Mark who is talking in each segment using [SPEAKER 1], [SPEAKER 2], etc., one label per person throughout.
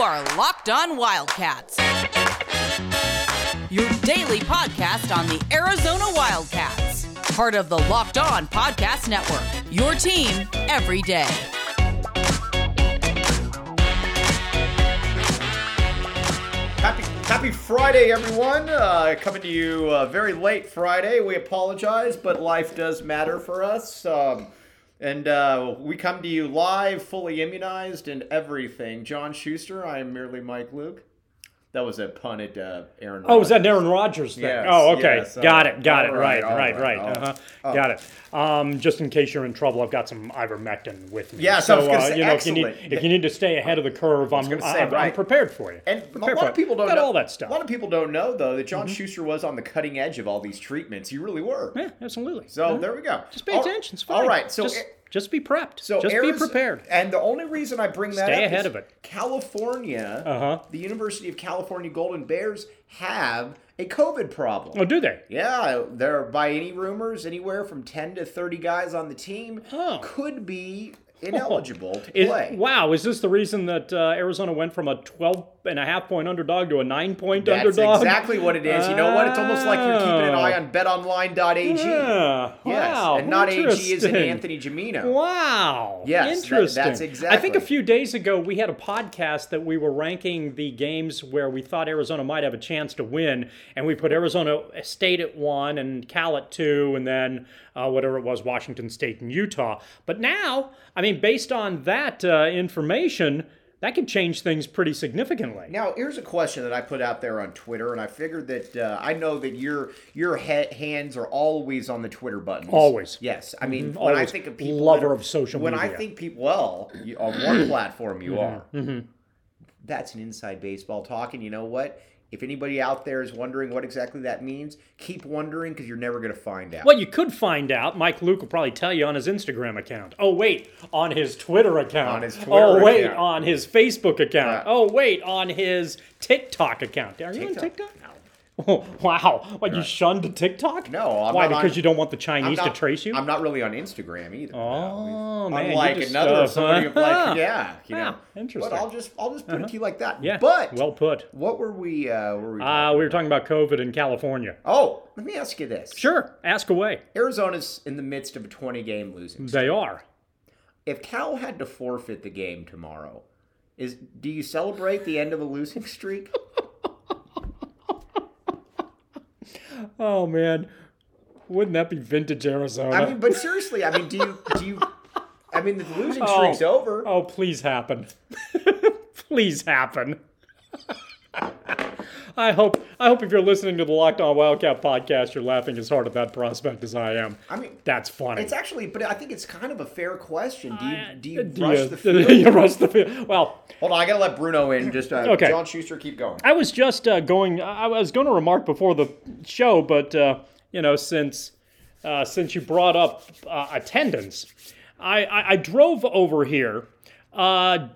[SPEAKER 1] are Locked On Wildcats. Your daily podcast on the Arizona Wildcats. Part of the Locked On Podcast Network. Your team every day.
[SPEAKER 2] Happy, happy Friday, everyone. Uh, coming to you uh, very late Friday. We apologize, but life does matter for us. Um, and uh, we come to you live, fully immunized, and everything. John Schuster, I am merely Mike Luke. That was a pun at uh, Aaron.
[SPEAKER 3] Oh, was that an Aaron Rodgers thing?
[SPEAKER 2] Yes,
[SPEAKER 3] oh, okay.
[SPEAKER 2] yes, uh,
[SPEAKER 3] got it. Got it.
[SPEAKER 2] all
[SPEAKER 3] Right.
[SPEAKER 2] right,
[SPEAKER 3] Right.
[SPEAKER 2] all
[SPEAKER 3] Right.
[SPEAKER 2] right, all
[SPEAKER 3] Uh-huh.
[SPEAKER 2] right. Oh.
[SPEAKER 3] Got it. Um, just in case you're in trouble, I've got some ivermectin with me.
[SPEAKER 2] Yes, I
[SPEAKER 3] so
[SPEAKER 2] was gonna
[SPEAKER 3] uh,
[SPEAKER 2] say,
[SPEAKER 3] you know if you need
[SPEAKER 2] excellent.
[SPEAKER 3] if you need to stay ahed of the curve, I'm
[SPEAKER 2] gonna
[SPEAKER 3] I-
[SPEAKER 2] say,
[SPEAKER 3] I'm, I'm
[SPEAKER 2] right.
[SPEAKER 3] prepared for you.
[SPEAKER 2] And a
[SPEAKER 3] Prepared
[SPEAKER 2] lot
[SPEAKER 3] for
[SPEAKER 2] of
[SPEAKER 3] it.
[SPEAKER 2] people don't
[SPEAKER 3] got
[SPEAKER 2] know
[SPEAKER 3] all that stuff. Mm-hmm.
[SPEAKER 2] A lot of people don't know though that John Schuster was on the cutting edge of all these treatments. You really were.
[SPEAKER 3] yeah, absolutely.
[SPEAKER 2] So
[SPEAKER 3] Yeah.
[SPEAKER 2] there we go.
[SPEAKER 3] Just pay
[SPEAKER 2] All-
[SPEAKER 3] attention. It's fine.
[SPEAKER 2] All right. So
[SPEAKER 3] just, just be prepped.
[SPEAKER 2] So
[SPEAKER 3] just
[SPEAKER 2] Ariz-
[SPEAKER 3] be prepared.
[SPEAKER 2] And the only reason I bring that
[SPEAKER 3] Stay
[SPEAKER 2] up
[SPEAKER 3] ahead
[SPEAKER 2] is
[SPEAKER 3] of it.
[SPEAKER 2] California,
[SPEAKER 3] Uh-huh.
[SPEAKER 2] the University of California Golden Bears have a COVID problem.
[SPEAKER 3] Oh, do they?
[SPEAKER 2] Yeah, there are, by any rumors, anywhere from 10 to 30 guys on the team
[SPEAKER 3] Oh.
[SPEAKER 2] could be ineligible to
[SPEAKER 3] Is-
[SPEAKER 2] play.
[SPEAKER 3] wow, is this the reason that uh, Arizona went from a 12 and a half point underdog to a nine point
[SPEAKER 2] That's
[SPEAKER 3] underdog?
[SPEAKER 2] exactly what it is. You know what? It's almost like you're keeping an eye
[SPEAKER 3] Oh.
[SPEAKER 2] on betonline.ag.
[SPEAKER 3] Yeah.
[SPEAKER 2] Yes,
[SPEAKER 3] Ah, Wow.
[SPEAKER 2] and not AG is in
[SPEAKER 3] interesting.
[SPEAKER 2] Anthony Jamino.
[SPEAKER 3] Wow.
[SPEAKER 2] Yes, that- that's
[SPEAKER 3] Interesting. I think
[SPEAKER 2] exactly.
[SPEAKER 3] a few days ago we had a podcast that we were ranking the games where we thought Arizona might have a chance to win, and we put Arizona State at one and Cal at two, and then uh, whatever it was, Washington State and Utah. But now, I mean, based on that uh, information, that could change things pretty significantly.
[SPEAKER 2] Now, here's a question that I put out there on Twitter, and I figured that uh, I know that your your he- hands are always on the Twitter buttons.
[SPEAKER 3] Always.
[SPEAKER 2] Yes. I mean,
[SPEAKER 3] Mhm,
[SPEAKER 2] when
[SPEAKER 3] always.
[SPEAKER 2] I think of people,
[SPEAKER 3] Lover
[SPEAKER 2] that-
[SPEAKER 3] of social
[SPEAKER 2] when I
[SPEAKER 3] media. Mm-hmm.
[SPEAKER 2] think people, well, you, on one platform you are. That's an inside baseball talk, and you know what? If anybody out there is wondering what exactly that means, keep wondering because you're never going to find out.
[SPEAKER 3] Well, you could find out. Mike Luke will probably tell you on his Instagram account. Oh, wait, on his Twitter account.
[SPEAKER 2] On his Twitter
[SPEAKER 3] Oh, wait,
[SPEAKER 2] account.
[SPEAKER 3] on his Facebook account.
[SPEAKER 2] Yeah.
[SPEAKER 3] Oh, wait, on his TikTok account. Are you on
[SPEAKER 2] TikTok.
[SPEAKER 3] TikTok? Oh, wow. What, you shunned the TikTok?
[SPEAKER 2] No, I'm
[SPEAKER 3] Why?
[SPEAKER 2] not on-
[SPEAKER 3] because you don't want the
[SPEAKER 2] I'm
[SPEAKER 3] Chinese
[SPEAKER 2] not-
[SPEAKER 3] to trace you?
[SPEAKER 2] I'm not really on Instagram either.
[SPEAKER 3] Oh, man, you
[SPEAKER 2] Unlike
[SPEAKER 3] just,
[SPEAKER 2] another
[SPEAKER 3] uh,
[SPEAKER 2] somebody who,
[SPEAKER 3] huh?
[SPEAKER 2] like yeah, you know.
[SPEAKER 3] Huh, interesting. Uh-huh.
[SPEAKER 2] But I'll just I'll just put it to you like that.
[SPEAKER 3] yeah,
[SPEAKER 2] But
[SPEAKER 3] well put.
[SPEAKER 2] What were we? Uh, were we?
[SPEAKER 3] Uh, we were talking about COVID in California.
[SPEAKER 2] oh, let me ask you this.
[SPEAKER 3] Sure, ask away.
[SPEAKER 2] Arizona's in the midst of a 20 game losing. streak.
[SPEAKER 3] They are.
[SPEAKER 2] If Cal had to forfeit the game tomorrow, is do you celebrate the end of a losing streak?
[SPEAKER 3] Oh, man. Wouldn't that be vintage Arizona?
[SPEAKER 2] I mean, but seriously, I mean, do you do you? I mean, the losing
[SPEAKER 3] Oh.
[SPEAKER 2] streak's over.
[SPEAKER 3] Oh, please happen. please happen. I hope I hope if you're listening to the Locked On Wildcat podcast, you're laughing as hard at that prospect as I am.
[SPEAKER 2] I mean,
[SPEAKER 3] That's funny.
[SPEAKER 2] it's actually, but I think it's kind of a fair question. Do
[SPEAKER 3] Uh,
[SPEAKER 2] you do you
[SPEAKER 3] do
[SPEAKER 2] rush
[SPEAKER 3] you-
[SPEAKER 2] the field?
[SPEAKER 3] you rush the field. Well,
[SPEAKER 2] Hold on, I gotta let Bruno in. Just uh,
[SPEAKER 3] Okay.
[SPEAKER 2] John Schuster, keep going.
[SPEAKER 3] I was just uh, going. I I was going to remark before the show, but uh, you know, since uh, since you brought up uh, attendance, I, I, I drove over here uh,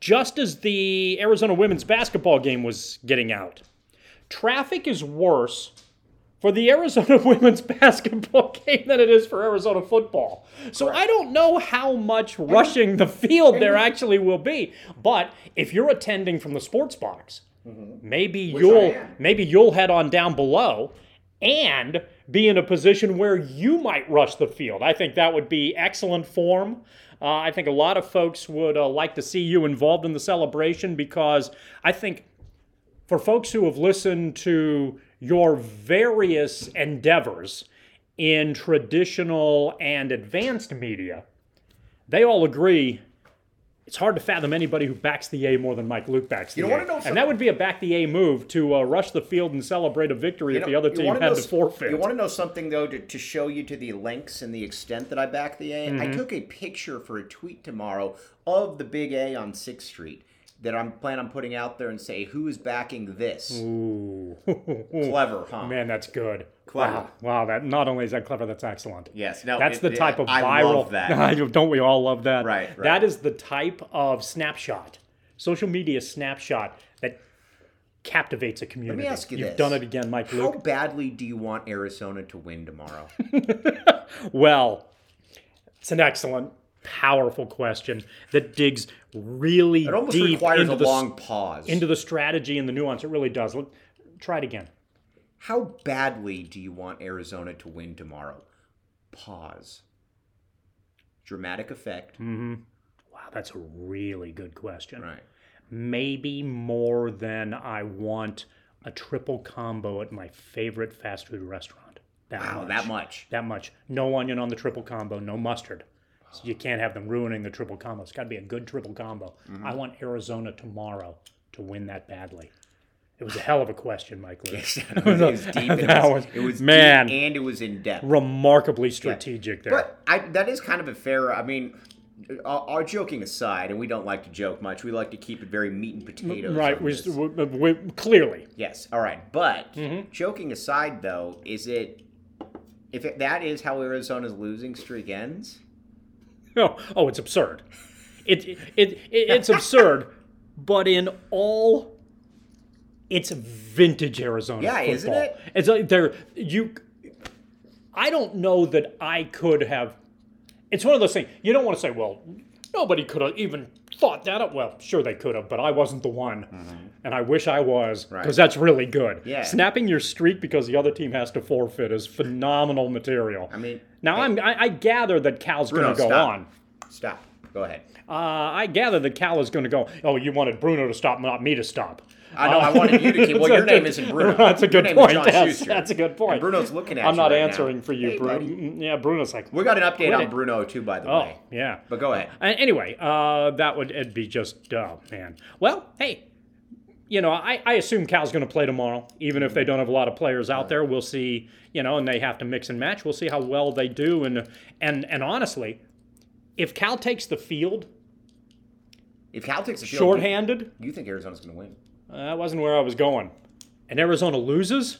[SPEAKER 3] just as the Arizona women's basketball game was getting out. Traffic is worse for the Arizona women's basketball game than it is for Arizona football. So I don't know how much rushing the field there actually will be. But if you're attending from the sports box, maybe you'll
[SPEAKER 2] am.
[SPEAKER 3] maybe you'll head on down below and be in a position where you might rush the field. I think that would be excellent form. Uh, I think a lot of folks would uh, like to see you involved in the celebration because I think for folks who have listened to your various endeavors in traditional and advanced media, they all agree it's hard to fathom anybody who backs the A more than Mike Luke backs the
[SPEAKER 2] You
[SPEAKER 3] A.
[SPEAKER 2] wanna know something?
[SPEAKER 3] and that would be a back the A move to uh, rush the field and celebrate a victory if
[SPEAKER 2] You know,
[SPEAKER 3] the other
[SPEAKER 2] you
[SPEAKER 3] team
[SPEAKER 2] wanna
[SPEAKER 3] had
[SPEAKER 2] know
[SPEAKER 3] to
[SPEAKER 2] s-
[SPEAKER 3] forfeit.
[SPEAKER 2] You want to know something though to, to show you to the lengths and the extent that I back the A? I
[SPEAKER 3] Mm-hmm.
[SPEAKER 2] took a picture for a tweet tomorrow of the big A on Sixth Street that I'm plan on putting out there and say who is backing this.
[SPEAKER 3] Ooh.
[SPEAKER 2] Clever, huh?
[SPEAKER 3] Man, that's good.
[SPEAKER 2] Clever.
[SPEAKER 3] Wow. Wow, that not only is that clever, that's excellent.
[SPEAKER 2] Yes, no,
[SPEAKER 3] That's
[SPEAKER 2] it-
[SPEAKER 3] the
[SPEAKER 2] it-
[SPEAKER 3] type of
[SPEAKER 2] I
[SPEAKER 3] viral.
[SPEAKER 2] love that.
[SPEAKER 3] Don't we all love that?
[SPEAKER 2] Right, right.
[SPEAKER 3] That is the type of snapshot, social media snapshot that captivates a community.
[SPEAKER 2] ask you
[SPEAKER 3] have
[SPEAKER 2] this.
[SPEAKER 3] done it again, Mike
[SPEAKER 2] How
[SPEAKER 3] Luke.
[SPEAKER 2] badly do you want Arizona to win tomorrow?
[SPEAKER 3] Well, it's an excellent powerful question that digs really
[SPEAKER 2] It almost
[SPEAKER 3] deep
[SPEAKER 2] requires
[SPEAKER 3] into
[SPEAKER 2] a
[SPEAKER 3] the s-
[SPEAKER 2] long pause.
[SPEAKER 3] into the strategy and the nuance. It really does. Let, try it again.
[SPEAKER 2] How badly do you want Arizona to win tomorrow? Pause. Dramatic effect.
[SPEAKER 3] Hmm. Wow, that's a really good question.
[SPEAKER 2] Right.
[SPEAKER 3] Maybe more than I want a triple combo at my favorite fast food restaurant. That
[SPEAKER 2] Wow,
[SPEAKER 3] much.
[SPEAKER 2] that much.
[SPEAKER 3] That much. No onion on the triple combo, no mustard. So you can't have them ruining the triple combo. It's got to be a good triple combo.
[SPEAKER 2] Mm-hmm.
[SPEAKER 3] I want Arizona tomorrow to win that badly. It was a hell of a question, Mike. Lou.
[SPEAKER 2] it was deep. and
[SPEAKER 3] That
[SPEAKER 2] It was,
[SPEAKER 3] was-
[SPEAKER 2] it was
[SPEAKER 3] man.
[SPEAKER 2] deep and it was in depth.
[SPEAKER 3] Remarkably strategic there.
[SPEAKER 2] But I, that is kind of a fair. I mean, all, all joking aside, and we don't like to joke much. We like to keep it very meat and potatoes.
[SPEAKER 3] right,
[SPEAKER 2] on
[SPEAKER 3] we, Mm-hmm.
[SPEAKER 2] this.
[SPEAKER 3] we, we, clearly.
[SPEAKER 2] Yes. All right. But joking aside, though, is it if it, that is how Arizona's losing streak ends?
[SPEAKER 3] Oh, oh, it's absurd. It, it, it, it's absurd, but in all, it's vintage Arizona.
[SPEAKER 2] Yeah,
[SPEAKER 3] football.
[SPEAKER 2] isn't it?
[SPEAKER 3] It's like there you. I don't know that I could have. It's one of those things you don't want to say. Well, nobody could have even thought that up. Well, sure they could have, but I wasn't the one, and I wish I was because
[SPEAKER 2] Mm-hmm. Right.
[SPEAKER 3] that's really good.
[SPEAKER 2] Yeah.
[SPEAKER 3] snapping your streak because the other team has to forfeit is phenomenal material.
[SPEAKER 2] I mean,
[SPEAKER 3] now I'm I, I gather that Cal's going
[SPEAKER 2] Bruno,
[SPEAKER 3] to go
[SPEAKER 2] stop.
[SPEAKER 3] on.
[SPEAKER 2] Stop. Go ahead.
[SPEAKER 3] Uh, I gather that Cal is going to go. Oh, you wanted Bruno to stop, not me to stop.
[SPEAKER 2] I know. I wanted you to keep. Well,
[SPEAKER 3] That's
[SPEAKER 2] your
[SPEAKER 3] a-
[SPEAKER 2] name isn't Bruno.
[SPEAKER 3] That's a
[SPEAKER 2] Your
[SPEAKER 3] good
[SPEAKER 2] name is
[SPEAKER 3] point.
[SPEAKER 2] John
[SPEAKER 3] Yes,
[SPEAKER 2] Schuster.
[SPEAKER 3] that's a good point.
[SPEAKER 2] And Bruno's looking at
[SPEAKER 3] I'm
[SPEAKER 2] you
[SPEAKER 3] not
[SPEAKER 2] right now.
[SPEAKER 3] answering for you,
[SPEAKER 2] Hey,
[SPEAKER 3] Bruno.
[SPEAKER 2] buddy.
[SPEAKER 3] Mm, Yeah, Bruno's like.
[SPEAKER 2] We got an update
[SPEAKER 3] Wait.
[SPEAKER 2] on Bruno too, by the
[SPEAKER 3] Oh,
[SPEAKER 2] way.
[SPEAKER 3] yeah.
[SPEAKER 2] But go ahead.
[SPEAKER 3] Uh, anyway, uh, that would it'd be just oh man. Well, hey, you know, I, I assume Cal's going to play tomorrow, even if they don't have a lot of players out there. We'll see, you know, and they have to mix and match. We'll see how well they do, and and and honestly, if Cal takes the field
[SPEAKER 2] If Cal takes a field,
[SPEAKER 3] shorthanded,
[SPEAKER 2] you think Arizona's going to win?
[SPEAKER 3] uh, that wasn't where I was going, and Arizona loses.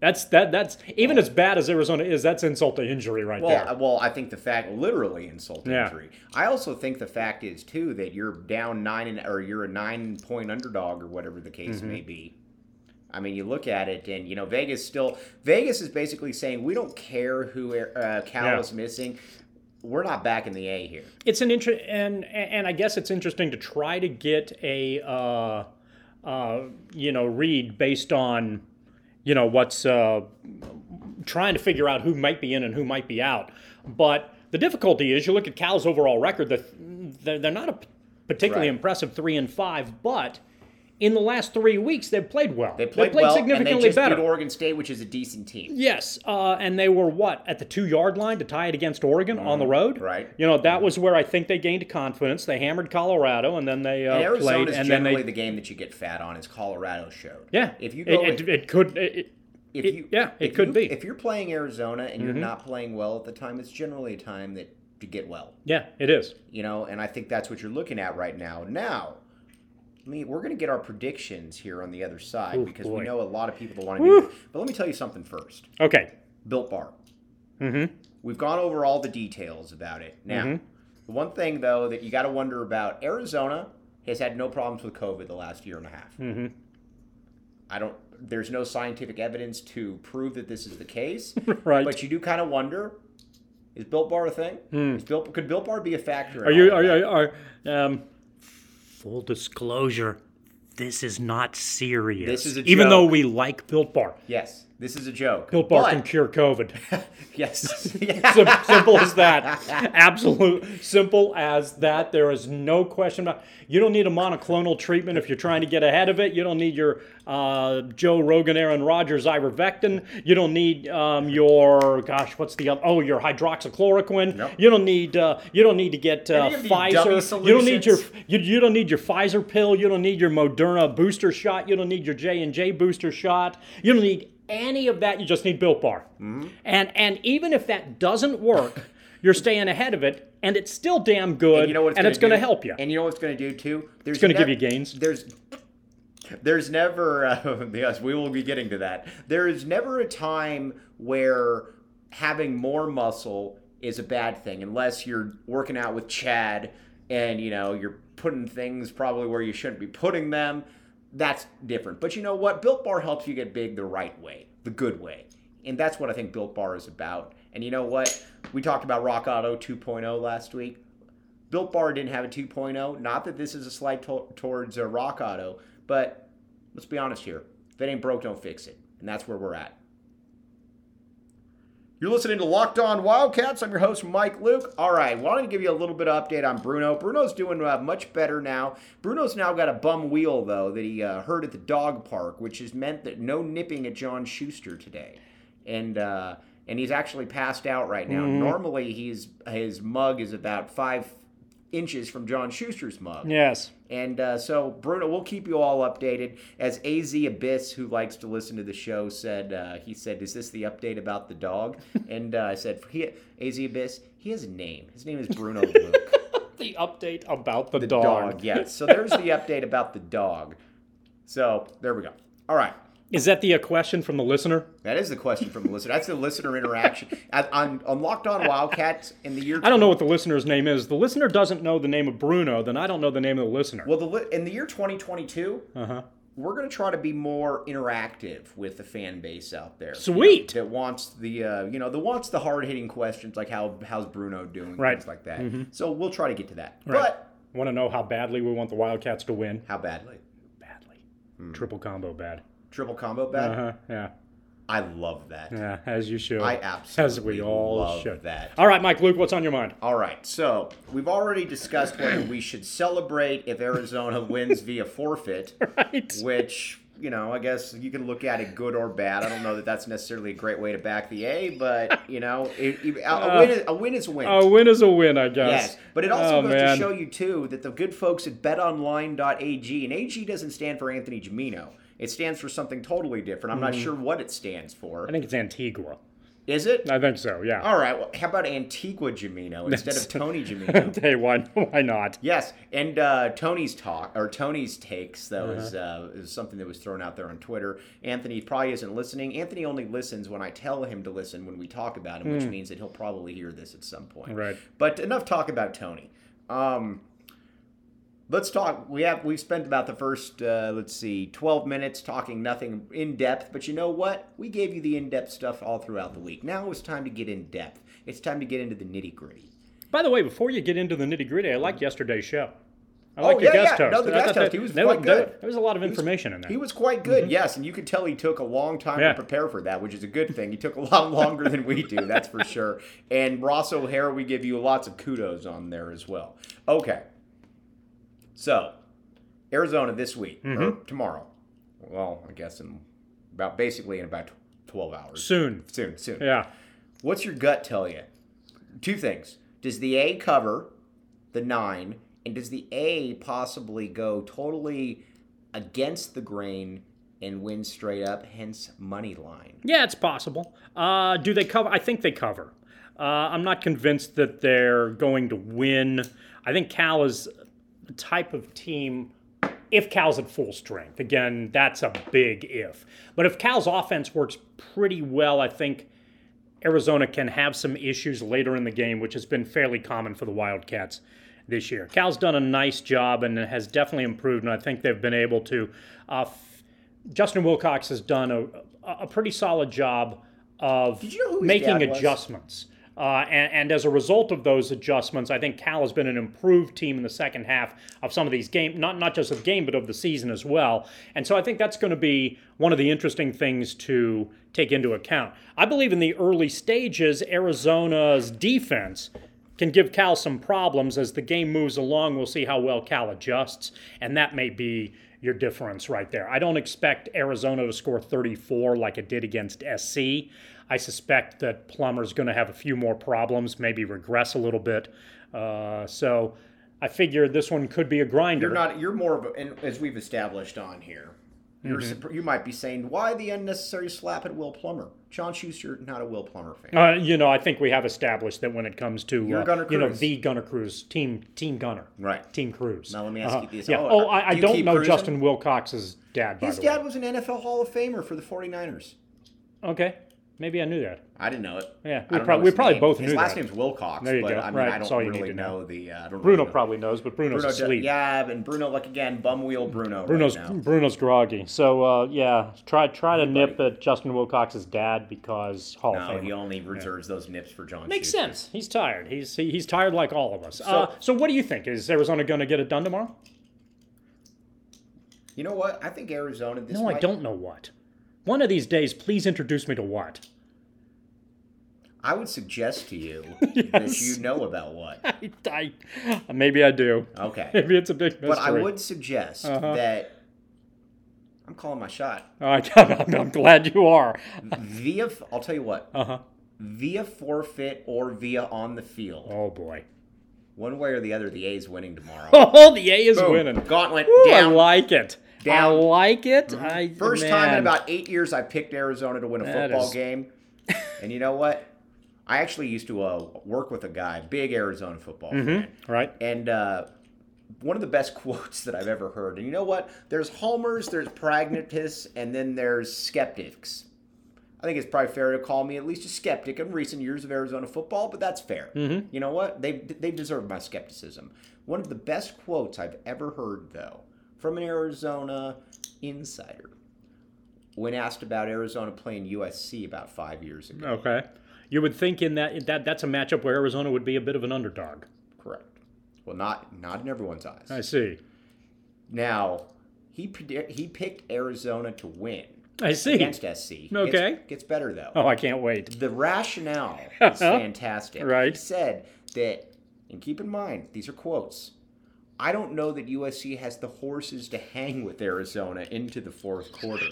[SPEAKER 3] That's that. That's even as bad as Arizona is. That's insult to injury right
[SPEAKER 2] Well,
[SPEAKER 3] there.
[SPEAKER 2] uh, well, I think the fact literally insult
[SPEAKER 3] Yeah.
[SPEAKER 2] injury. I also think the fact is too that you're down nine and or you're a nine point underdog or whatever the case
[SPEAKER 3] Mm-hmm.
[SPEAKER 2] may be. I mean, you look at it, and you know Vegas still. Vegas is basically saying we don't care who uh, Cal
[SPEAKER 3] Yeah.
[SPEAKER 2] is missing. We're not backing the A here.
[SPEAKER 3] it's an interest and and I guess it's interesting to try to get a uh, uh, you know read based on you know what's uh, trying to figure out who might be in and who might be out. But the difficulty is you look at Cal's overall record that they're, they're not a particularly
[SPEAKER 2] Right.
[SPEAKER 3] impressive three and five, but in the last three weeks they've played well.
[SPEAKER 2] They played, well,
[SPEAKER 3] significantly
[SPEAKER 2] and they just
[SPEAKER 3] better.
[SPEAKER 2] beat Oregon State, which is a decent team.
[SPEAKER 3] Yes, uh, and they were what at the two yard line to tie it against Oregon on the road.
[SPEAKER 2] Mm, right. Mm.
[SPEAKER 3] You know that was where I think they gained confidence. They hammered Colorado, and then they uh,
[SPEAKER 2] And Arizona's
[SPEAKER 3] played, and then
[SPEAKER 2] generally
[SPEAKER 3] they
[SPEAKER 2] the game that you get fat on, as Colorado showed.
[SPEAKER 3] yeah.
[SPEAKER 2] If you go
[SPEAKER 3] it,
[SPEAKER 2] with-
[SPEAKER 3] it, it could it, it-
[SPEAKER 2] if
[SPEAKER 3] It-
[SPEAKER 2] you
[SPEAKER 3] yeah, it
[SPEAKER 2] if
[SPEAKER 3] could
[SPEAKER 2] you-
[SPEAKER 3] be. Mm-hmm.
[SPEAKER 2] if you're playing arizona and you're not playing well at the time it's generally a time that to get well
[SPEAKER 3] yeah it is.
[SPEAKER 2] you know and i think that's what you're looking at right now now I mean, we're going to get our predictions here on the other side because
[SPEAKER 3] boy.
[SPEAKER 2] we know a lot of people that want to do this. But let me tell you something first.
[SPEAKER 3] Okay.
[SPEAKER 2] Built Bar.
[SPEAKER 3] Mm-hmm.
[SPEAKER 2] We've gone over all the details about it. Now, the one thing, though, that you got to wonder about Arizona has had no problems with COVID the last year and a half.
[SPEAKER 3] Mm-hmm.
[SPEAKER 2] I don't, there's no scientific evidence to prove that this is the case.
[SPEAKER 3] Right.
[SPEAKER 2] But you do kind of wonder is Built Bar a thing? Is Built, could Built Bar be a factor? in
[SPEAKER 3] Hmm. Are you
[SPEAKER 2] all
[SPEAKER 3] are,
[SPEAKER 2] of that?
[SPEAKER 3] are, are um, full disclosure? This is not serious.
[SPEAKER 2] This is a
[SPEAKER 3] even though
[SPEAKER 2] joke.
[SPEAKER 3] we like Built Bar.
[SPEAKER 2] Yes, this is a joke.
[SPEAKER 3] Built Bar
[SPEAKER 2] But-
[SPEAKER 3] can cure COVID.
[SPEAKER 2] Yes. Yeah.
[SPEAKER 3] Sim- simple as that. Absolute simple as that. There is no question about. You don't need a monoclonal treatment if you're trying to get ahead of it. You don't need your uh, Joe Rogan, Aaron Rodgers, ivermectin. You don't need um, your gosh, what's the other? Oh, your hydroxychloroquine.
[SPEAKER 2] Nope.
[SPEAKER 3] You don't need. Uh, you don't need to get uh,
[SPEAKER 2] Any of the dummy
[SPEAKER 3] Pfizer. You don't need your.
[SPEAKER 2] solutions?
[SPEAKER 3] You, you don't need your Pfizer pill. You don't need your Moderna booster shot. You don't need your J and J booster shot. You don't need any of that. You just need Built Bar.
[SPEAKER 2] Mm-hmm.
[SPEAKER 3] And and even if that doesn't work, you're staying ahead of it, and it's still damn good.
[SPEAKER 2] And you know what?
[SPEAKER 3] and it's going to
[SPEAKER 2] do?
[SPEAKER 3] help you.
[SPEAKER 2] And you know what's going to do too? There's
[SPEAKER 3] gonna give
[SPEAKER 2] nev-
[SPEAKER 3] you gains.
[SPEAKER 2] There's there's never uh, yes, we will be getting to that. There is never a time where having more muscle is a bad thing unless you're working out with Chad and you know you're putting things probably where you shouldn't be putting them. That's different. But you know what? Built Bar helps you get big the right way, the good way. And that's what I think Built Bar is about. And you know what? We talked about Rock Auto 2.0 last week. Built Bar didn't have a 2.0. Not that this is a slight to- towards uh, Rock Auto, but let's be honest here. If it ain't broke, don't fix it. And that's where we're at. You're listening to Locked On Wildcats. I'm your host, Mike Luke. All right, wanted to give you a little bit of update on Bruno. Bruno's doing uh, much better now. Bruno's now got a bum wheel, though, that he uh, heard at the dog park, which has meant that no nipping at John Schuster today. And, uh, and he's actually passed out right now. Normally, he's, his mug is about five inches from John Schuster's mug.
[SPEAKER 3] Yes.
[SPEAKER 2] And uh, so, Bruno, we'll keep you all updated. As Az Abyss, who likes to listen to the show, said, uh, he said, "Is this the update about the dog?" and uh, I said, "He, Az Abyss, he has a name. His name is Bruno Luke.
[SPEAKER 3] The update about the,
[SPEAKER 2] dog. Yes. So there's the update about the dog. So there we go. All right."
[SPEAKER 3] Is that the uh, question from the listener?
[SPEAKER 2] That is the question from the listener. That's the listener interaction. At- On, on Locked On Wildcats in the year
[SPEAKER 3] I don't know what the listener's name is. The listener doesn't know the name of Bruno, then I don't know the name of the listener.
[SPEAKER 2] Well, the li- in the year 2022,
[SPEAKER 3] Uh-huh.
[SPEAKER 2] we're going to try to be more interactive with the fan base out there.
[SPEAKER 3] Sweet.
[SPEAKER 2] You know, that wants the uh, you know that wants the hard hitting questions like how how's Bruno doing,
[SPEAKER 3] Right. Mm-hmm.
[SPEAKER 2] things like that. So we'll try to get to that. But
[SPEAKER 3] Want to know how badly we want the Wildcats to win?
[SPEAKER 2] how badly?
[SPEAKER 3] Badly.
[SPEAKER 2] Hmm.
[SPEAKER 3] Triple combo bad.
[SPEAKER 2] Triple combo bad.
[SPEAKER 3] Uh-huh. Yeah.
[SPEAKER 2] I love that.
[SPEAKER 3] Yeah, as you should.
[SPEAKER 2] I
[SPEAKER 3] As
[SPEAKER 2] absolutely
[SPEAKER 3] we all
[SPEAKER 2] love
[SPEAKER 3] should.
[SPEAKER 2] that.
[SPEAKER 3] All right, Mike Luke, what's on your mind?
[SPEAKER 2] All right, so we've already discussed whether we should celebrate if Arizona wins via forfeit,
[SPEAKER 3] Right.
[SPEAKER 2] which you know I guess you can look at it good or bad. I don't know that that's necessarily a great way to back the A, but you know it, it- a, a win, is- a win is a win.
[SPEAKER 3] Uh, A Oh, win is a win, I guess.
[SPEAKER 2] Yes, but it also
[SPEAKER 3] Oh,
[SPEAKER 2] goes to
[SPEAKER 3] man.
[SPEAKER 2] show you too that the good folks at BetOnline.ag and AG doesn't stand for Anthony Jamino. It stands for something totally different. I'm not sure what it stands for.
[SPEAKER 3] Mm-hmm. I think it's Antigua.
[SPEAKER 2] Is it?
[SPEAKER 3] I think so, yeah.
[SPEAKER 2] All right. Well, how about Antigua Jamino instead of Tony Jamino?
[SPEAKER 3] hey, why, why not?
[SPEAKER 2] Yes, and uh, Tony's talk or Tony's takes that was uh, is something that was thrown out there on Twitter. Anthony probably isn't listening. Anthony only listens when I tell him to listen when we talk about him, which means that he'll probably hear this at some point.
[SPEAKER 3] Right.
[SPEAKER 2] But enough talk about Tony. Um, let's talk. We have we've spent about the first uh, let's see twelve minutes talking nothing in depth. But you know what? We gave you the in depth stuff all throughout the week. Now it's time to get in depth. It's time to get into the nitty gritty.
[SPEAKER 3] By the way, before you get into the nitty gritty, I like yesterday's show. I like
[SPEAKER 2] Oh, yeah,
[SPEAKER 3] your guest
[SPEAKER 2] yeah.
[SPEAKER 3] host.
[SPEAKER 2] No, the
[SPEAKER 3] I
[SPEAKER 2] guest
[SPEAKER 3] thought
[SPEAKER 2] host,
[SPEAKER 3] that-
[SPEAKER 2] he was
[SPEAKER 3] there
[SPEAKER 2] quite
[SPEAKER 3] wa- there-
[SPEAKER 2] good.
[SPEAKER 3] There was a lot of information in there.
[SPEAKER 2] He was quite good, yes, and you could tell he took a long time
[SPEAKER 3] Mm-hmm. Yeah.
[SPEAKER 2] to prepare for that, which is a good thing. He took a lot longer than we do, that's for sure. And Ross O'Hare, we give you lots of kudos on there as well. Okay, so Arizona this week or
[SPEAKER 3] Mm-hmm.
[SPEAKER 2] tomorrow. Well, I guess in about basically in about tw- twelve hours.
[SPEAKER 3] Soon.
[SPEAKER 2] soon, soon.
[SPEAKER 3] Yeah.
[SPEAKER 2] What's your gut tell you? Two things. Does the A cover the nine? And does the A possibly go totally against the grain and win straight up, hence money line?
[SPEAKER 3] Yeah, it's possible. Uh, do they cover? I think they cover. Uh, I'm not convinced that they're going to win. I think Cal is the type of team. If Cal's at full strength, again, that's a big if. But if Cal's offense works pretty well, I think Arizona can have some issues later in the game, which has been fairly common for the Wildcats this year. Cal's done a nice job and has definitely improved, and I think they've been able to. Uh, f- Justin Wilcox has done a, a a pretty solid job of
[SPEAKER 2] you know who his
[SPEAKER 3] making
[SPEAKER 2] dad was?
[SPEAKER 3] adjustments. Uh, and, and as a result of those adjustments, I think Cal has been an improved team in the second half of some of these games, not not just of the game, but of the season as well. And so I think that's going to be one of the interesting things to take into account. I believe in the early stages, Arizona's defense can give Cal some problems. As the game moves along, we'll see how well Cal adjusts, and that may be your difference right there. I don't expect Arizona to score 34 like it did against SC. I suspect that Plummer's going to have a few more problems, maybe regress a little bit. Uh, so I figure this one could be a grinder.
[SPEAKER 2] You're not. You're more of a, and as we've established on here. You're,
[SPEAKER 3] Mm-hmm.
[SPEAKER 2] sup- You might be saying, why the unnecessary slap at Will Plummer? John Schuster, not a Will Plummer fan.
[SPEAKER 3] uh, you know, I think we have established that when it comes to
[SPEAKER 2] You're
[SPEAKER 3] uh,
[SPEAKER 2] Gunner
[SPEAKER 3] you know
[SPEAKER 2] Cruz.
[SPEAKER 3] the Gunner Cruz team team Gunner
[SPEAKER 2] Right.
[SPEAKER 3] team Cruz.
[SPEAKER 2] Now let me ask you this.
[SPEAKER 3] Yeah.
[SPEAKER 2] Oh,
[SPEAKER 3] Oh, I, I
[SPEAKER 2] do you
[SPEAKER 3] don't
[SPEAKER 2] keep
[SPEAKER 3] know
[SPEAKER 2] cruising?
[SPEAKER 3] Justin Wilcox's dad. By
[SPEAKER 2] His
[SPEAKER 3] the
[SPEAKER 2] dad
[SPEAKER 3] way.
[SPEAKER 2] was an NFL Hall of Famer for the 49ers.
[SPEAKER 3] Okay. Maybe I knew that.
[SPEAKER 2] I didn't know it.
[SPEAKER 3] Yeah,
[SPEAKER 2] I
[SPEAKER 3] we
[SPEAKER 2] don't
[SPEAKER 3] prob-
[SPEAKER 2] know
[SPEAKER 3] we
[SPEAKER 2] his
[SPEAKER 3] probably
[SPEAKER 2] name.
[SPEAKER 3] both
[SPEAKER 2] His
[SPEAKER 3] knew
[SPEAKER 2] last
[SPEAKER 3] that.
[SPEAKER 2] name's Wilcox.
[SPEAKER 3] There you
[SPEAKER 2] but
[SPEAKER 3] go.
[SPEAKER 2] I mean,
[SPEAKER 3] Right,
[SPEAKER 2] I
[SPEAKER 3] that's
[SPEAKER 2] don't
[SPEAKER 3] all you
[SPEAKER 2] really
[SPEAKER 3] need to know.
[SPEAKER 2] know. the. Uh, I don't
[SPEAKER 3] Bruno
[SPEAKER 2] really know.
[SPEAKER 3] probably knows, but Bruno's
[SPEAKER 2] Bruno,
[SPEAKER 3] asleep.
[SPEAKER 2] does, yeah, and Bruno, like again, bumwheel Bruno. right
[SPEAKER 3] Bruno's
[SPEAKER 2] now.
[SPEAKER 3] Bruno's groggy. So uh, yeah, try try to nip at Justin Wilcox's dad because Hall of
[SPEAKER 2] No,
[SPEAKER 3] Fame.
[SPEAKER 2] he only reserves those nips for John.
[SPEAKER 3] Makes
[SPEAKER 2] Schuster.
[SPEAKER 3] sense. He's tired. He's he, he's tired like all of us. So, uh, so what do you think? Is Arizona going to get it done tomorrow?
[SPEAKER 2] You know what? I think Arizona. This
[SPEAKER 3] No, I
[SPEAKER 2] might-
[SPEAKER 3] don't know what. One of these days, please introduce me to what.
[SPEAKER 2] I would suggest to you that
[SPEAKER 3] Yes.
[SPEAKER 2] you know about what.
[SPEAKER 3] I, I- maybe I do.
[SPEAKER 2] Okay,
[SPEAKER 3] Maybe it's a big mystery.
[SPEAKER 2] but I would suggest
[SPEAKER 3] Uh-huh.
[SPEAKER 2] that I'm calling my shot.
[SPEAKER 3] All right, Oh, I'm, I'm glad you are.
[SPEAKER 2] Via, I'll tell you what.
[SPEAKER 3] Uh huh.
[SPEAKER 2] Via forfeit or via on the field.
[SPEAKER 3] Oh boy.
[SPEAKER 2] One way or the other, the A's winning tomorrow.
[SPEAKER 3] Oh, the A is
[SPEAKER 2] Boom.
[SPEAKER 3] winning.
[SPEAKER 2] Gauntlet
[SPEAKER 3] Ooh, I
[SPEAKER 2] down.
[SPEAKER 3] like it. I
[SPEAKER 2] Down.
[SPEAKER 3] like it. I,
[SPEAKER 2] Mm-hmm. First time in
[SPEAKER 3] man.
[SPEAKER 2] about eight years I picked Arizona to win a
[SPEAKER 3] That
[SPEAKER 2] football
[SPEAKER 3] is-
[SPEAKER 2] game. And you know what? I actually used to uh, work with a guy, big Arizona football
[SPEAKER 3] Mm-hmm.
[SPEAKER 2] fan.
[SPEAKER 3] Right.
[SPEAKER 2] And uh, one of the best quotes that I've ever heard. And you know what? There's homers, there's pragmatists, and then there's skeptics. I think it's probably fair to call me at least a skeptic in recent years of Arizona football, but that's fair.
[SPEAKER 3] Mm-hmm.
[SPEAKER 2] You know what? They they deserve my skepticism. One of the best quotes I've ever heard, though, from an Arizona insider, when asked about Arizona playing USC about five years ago.
[SPEAKER 3] Okay. You would think in that that that's a matchup where Arizona would be a bit of an underdog.
[SPEAKER 2] Correct. Well, not not in everyone's eyes.
[SPEAKER 3] I see.
[SPEAKER 2] Now, he predi- he picked Arizona to win
[SPEAKER 3] I see.
[SPEAKER 2] against SC.
[SPEAKER 3] Okay.
[SPEAKER 2] Gets, gets better though.
[SPEAKER 3] Oh, I can't wait.
[SPEAKER 2] The rationale is fantastic.
[SPEAKER 3] Right.
[SPEAKER 2] He said that, and keep in mind, these are quotes. I don't know that USC has the horses to hang with Arizona into the fourth quarter.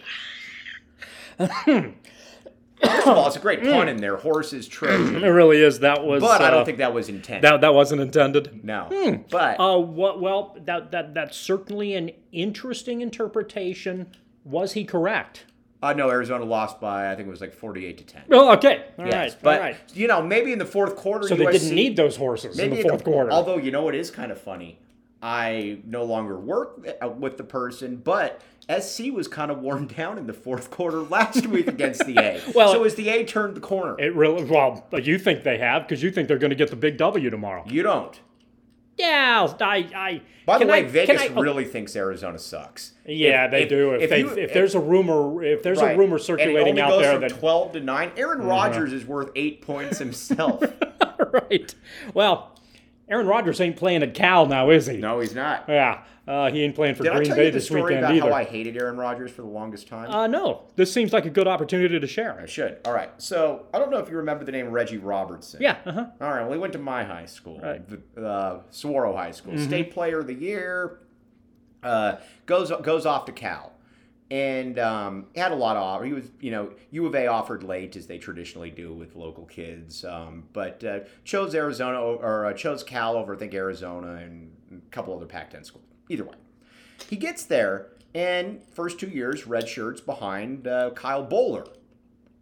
[SPEAKER 2] First of all, it's a great pun in there, horses
[SPEAKER 3] It
[SPEAKER 2] Trojan.
[SPEAKER 3] really is. That was.
[SPEAKER 2] But I
[SPEAKER 3] uh,
[SPEAKER 2] don't think that was intended.
[SPEAKER 3] that that wasn't intended.
[SPEAKER 2] no. But
[SPEAKER 3] Uh, what, well, that that that's certainly an interesting interpretation. Was he correct?
[SPEAKER 2] I know uh, Arizona lost by I think it was like forty-eight to ten.
[SPEAKER 3] Well, okay, all right,
[SPEAKER 2] Yes, but
[SPEAKER 3] all right.
[SPEAKER 2] you know maybe in the fourth quarter.
[SPEAKER 3] So they
[SPEAKER 2] USC
[SPEAKER 3] didn't need those horses in
[SPEAKER 2] Maybe
[SPEAKER 3] the
[SPEAKER 2] it-
[SPEAKER 3] fourth quarter.
[SPEAKER 2] Although you know what is kind of funny, I no longer work uh, with the person, but SC was kind of worn down in the fourth quarter last week against the A.
[SPEAKER 3] Well-
[SPEAKER 2] so as the A turned the corner,
[SPEAKER 3] it really well, you think they have because you think they're going to get the big W tomorrow.
[SPEAKER 2] you don't.
[SPEAKER 3] Yeah, I, I.
[SPEAKER 2] By the
[SPEAKER 3] can
[SPEAKER 2] way,
[SPEAKER 3] I- can
[SPEAKER 2] Vegas
[SPEAKER 3] I- oh,
[SPEAKER 2] really thinks Arizona sucks.
[SPEAKER 3] Yeah,
[SPEAKER 2] If-
[SPEAKER 3] they
[SPEAKER 2] if-
[SPEAKER 3] do. If,
[SPEAKER 2] if
[SPEAKER 3] they,
[SPEAKER 2] you-
[SPEAKER 3] if, there's a rumor, if there's
[SPEAKER 2] Right.
[SPEAKER 3] a rumor
[SPEAKER 2] And it
[SPEAKER 3] circulating
[SPEAKER 2] only
[SPEAKER 3] out
[SPEAKER 2] goes
[SPEAKER 3] there
[SPEAKER 2] from
[SPEAKER 3] that Uh-huh.
[SPEAKER 2] twelve to nine. Aaron Rodgers is worth eight points himself.
[SPEAKER 3] right. Well, Aaron Rodgers ain't playing at Cal now, is he?
[SPEAKER 2] no, he's not.
[SPEAKER 3] Yeah, uh, he ain't playing for
[SPEAKER 2] Did I
[SPEAKER 3] Green
[SPEAKER 2] tell
[SPEAKER 3] Bay
[SPEAKER 2] you the
[SPEAKER 3] this
[SPEAKER 2] story
[SPEAKER 3] weekend
[SPEAKER 2] about
[SPEAKER 3] either.
[SPEAKER 2] how I hated Aaron Rodgers for the longest time?
[SPEAKER 3] Uh, no, this seems like a good opportunity to share.
[SPEAKER 2] I should. All right. So I don't know if you remember the name Reggie Robertson.
[SPEAKER 3] Yeah. Uh-huh.
[SPEAKER 2] All right. Well, he went to my high school,
[SPEAKER 3] Right. Mm-hmm.
[SPEAKER 2] the, uh, Saguaro High School. State Player of the Year. Uh, goes goes off to Cal, and um, had a lot of. offer. He was, you know, U of A offered late as they traditionally do with local kids, um, but uh, chose Arizona o- or uh, chose Cal over I think Arizona and a couple other Pac-10 schools. Either way, he gets there and first two years red shirts behind uh, Kyle Bowler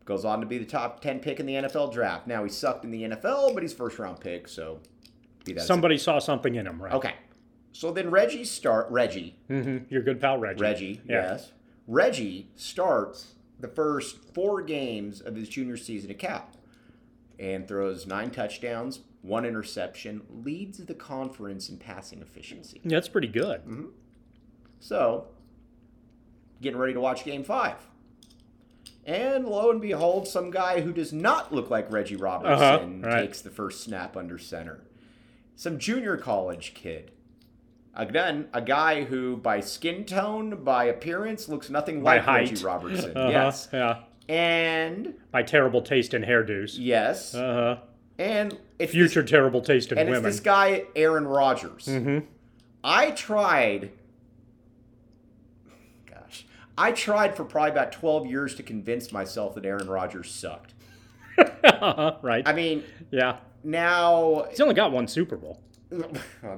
[SPEAKER 2] goes on to be the top 10 pick in the NFL draft. Now he sucked in the NFL, but he's first round pick, so be that. as it-
[SPEAKER 3] Somebody saw something in him, right?
[SPEAKER 2] Okay. So then Reggie start Reggie.
[SPEAKER 3] Mm-hmm. Your good pal Reggie.
[SPEAKER 2] Reggie,
[SPEAKER 3] Yeah.
[SPEAKER 2] yes. Reggie starts the first 4 games of his junior season at Cal and throws 9 touchdowns, 1 interception, leads the conference in passing efficiency.
[SPEAKER 3] Yeah, That's pretty good.
[SPEAKER 2] Mm-hmm. So, getting ready to watch game five. And lo and behold, some guy who does not look like Reggie Robertson
[SPEAKER 3] Uh-huh, right.
[SPEAKER 2] takes the first snap under center. Some junior college kid. Again, a guy who, by skin tone, by appearance, looks nothing
[SPEAKER 3] By
[SPEAKER 2] like
[SPEAKER 3] height.
[SPEAKER 2] Reggie Robertson.
[SPEAKER 3] Uh-huh.
[SPEAKER 2] Yes.
[SPEAKER 3] Yeah.
[SPEAKER 2] And,
[SPEAKER 3] My terrible taste in hairdos.
[SPEAKER 2] yes.
[SPEAKER 3] Uh huh.
[SPEAKER 2] and it's this
[SPEAKER 3] Future terrible taste in
[SPEAKER 2] and
[SPEAKER 3] women. Mm-hmm.
[SPEAKER 2] it's this guy Aaron Rodgers. I tried. Gosh, I tried for probably about twelve years to convince myself that Aaron Rodgers sucked.
[SPEAKER 3] uh-huh. Right.
[SPEAKER 2] I mean,
[SPEAKER 3] yeah.
[SPEAKER 2] now
[SPEAKER 3] He's only got one Super Bowl.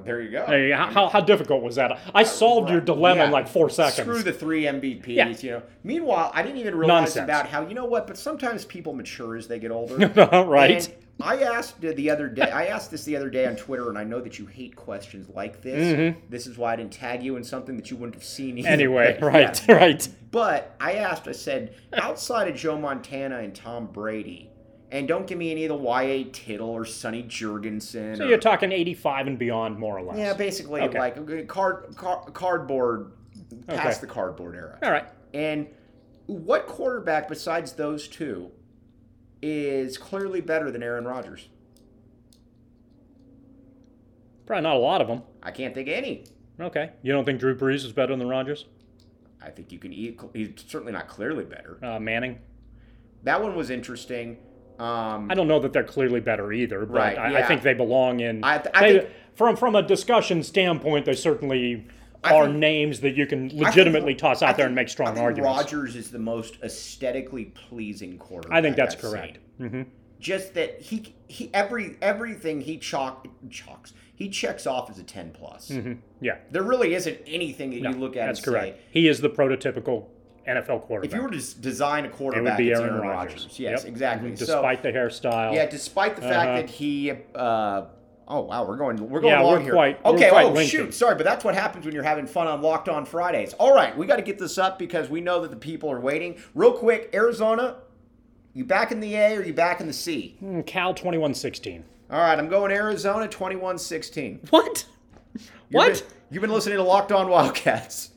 [SPEAKER 2] there you go.
[SPEAKER 3] Hey, how, how, how difficult was that? I solved your dilemma
[SPEAKER 2] Yeah.
[SPEAKER 3] in like four seconds.
[SPEAKER 2] Screw the three MVPs,
[SPEAKER 3] Yeah.
[SPEAKER 2] you know. Meanwhile, I didn't even realize
[SPEAKER 3] Nonsense.
[SPEAKER 2] about how you know what, but sometimes people mature as they get older.
[SPEAKER 3] right.
[SPEAKER 2] And I asked the other day. I asked this the other day on Twitter, and I know that you hate questions like this. This is why I didn't tag you in something that you wouldn't have seen either.
[SPEAKER 3] Mm-hmm. Anyway,
[SPEAKER 2] Yeah.
[SPEAKER 3] right, right.
[SPEAKER 2] But I asked, I said, outside of Joe Montana and Tom Brady, and don't give me any of the Y.A. Tittle or Sonny Jurgensen.
[SPEAKER 3] So
[SPEAKER 2] or-
[SPEAKER 3] you're talking 85 and beyond, more or less.
[SPEAKER 2] yeah, basically
[SPEAKER 3] Okay.
[SPEAKER 2] like card, car, cardboard, past the cardboard era.
[SPEAKER 3] All right.
[SPEAKER 2] And what quarterback besides those two is clearly better than Aaron Rodgers?
[SPEAKER 3] Probably not a lot of them.
[SPEAKER 2] I can't think of any.
[SPEAKER 3] Okay. You don't think Drew Brees is better than Rodgers?
[SPEAKER 2] I think you can eat. He's certainly not clearly better.
[SPEAKER 3] Uh, Manning?
[SPEAKER 2] That one was interesting. Um,
[SPEAKER 3] I don't know that they're clearly better either, but
[SPEAKER 2] Right,
[SPEAKER 3] I, I
[SPEAKER 2] yeah.
[SPEAKER 3] think they belong in.
[SPEAKER 2] I th- I
[SPEAKER 3] they-
[SPEAKER 2] think-
[SPEAKER 3] from from a discussion standpoint, they certainly
[SPEAKER 2] I
[SPEAKER 3] are
[SPEAKER 2] think-
[SPEAKER 3] names that you can
[SPEAKER 2] I think-
[SPEAKER 3] legitimately toss out
[SPEAKER 2] I
[SPEAKER 3] there
[SPEAKER 2] think-
[SPEAKER 3] and make
[SPEAKER 2] I
[SPEAKER 3] strong
[SPEAKER 2] think
[SPEAKER 3] arguments.
[SPEAKER 2] Rodgers is the most aesthetically pleasing quarterback.
[SPEAKER 3] I think that's
[SPEAKER 2] I've
[SPEAKER 3] correct.
[SPEAKER 2] seen.
[SPEAKER 3] hmm
[SPEAKER 2] Just that he he every everything he chalk chalks he checks off as a ten plus.
[SPEAKER 3] Yeah,
[SPEAKER 2] There really isn't anything that
[SPEAKER 3] Mm-hmm. no,
[SPEAKER 2] you look at.
[SPEAKER 3] that's
[SPEAKER 2] and
[SPEAKER 3] correct.
[SPEAKER 2] Say,
[SPEAKER 3] He is the prototypical NFL quarterback.
[SPEAKER 2] if you were to s- design a
[SPEAKER 3] it
[SPEAKER 2] quarterback,
[SPEAKER 3] would be
[SPEAKER 2] it's
[SPEAKER 3] Aaron Rodgers.
[SPEAKER 2] Yes,
[SPEAKER 3] Yep.
[SPEAKER 2] exactly.
[SPEAKER 3] Mhm.
[SPEAKER 2] so,
[SPEAKER 3] Despite the hairstyle.
[SPEAKER 2] Yeah, despite the fact
[SPEAKER 3] Uh-huh.
[SPEAKER 2] that he. Uh, oh wow, we're going we're going
[SPEAKER 3] Yeah,
[SPEAKER 2] long
[SPEAKER 3] we're
[SPEAKER 2] here.
[SPEAKER 3] quite- we're
[SPEAKER 2] okay,
[SPEAKER 3] quite
[SPEAKER 2] oh
[SPEAKER 3] lengthy.
[SPEAKER 2] shoot, sorry, but that's what happens when you're having fun on Locked On Fridays. All right, we got to get this up because we know that the people are waiting. Real quick, Arizona, you back in the A or you back in the C?
[SPEAKER 3] Mm, Cal twenty one sixteen.
[SPEAKER 2] All right, I'm going Arizona 21-16.
[SPEAKER 3] What?
[SPEAKER 2] You've
[SPEAKER 3] What?
[SPEAKER 2] been- you've been listening to Locked On Wildcats.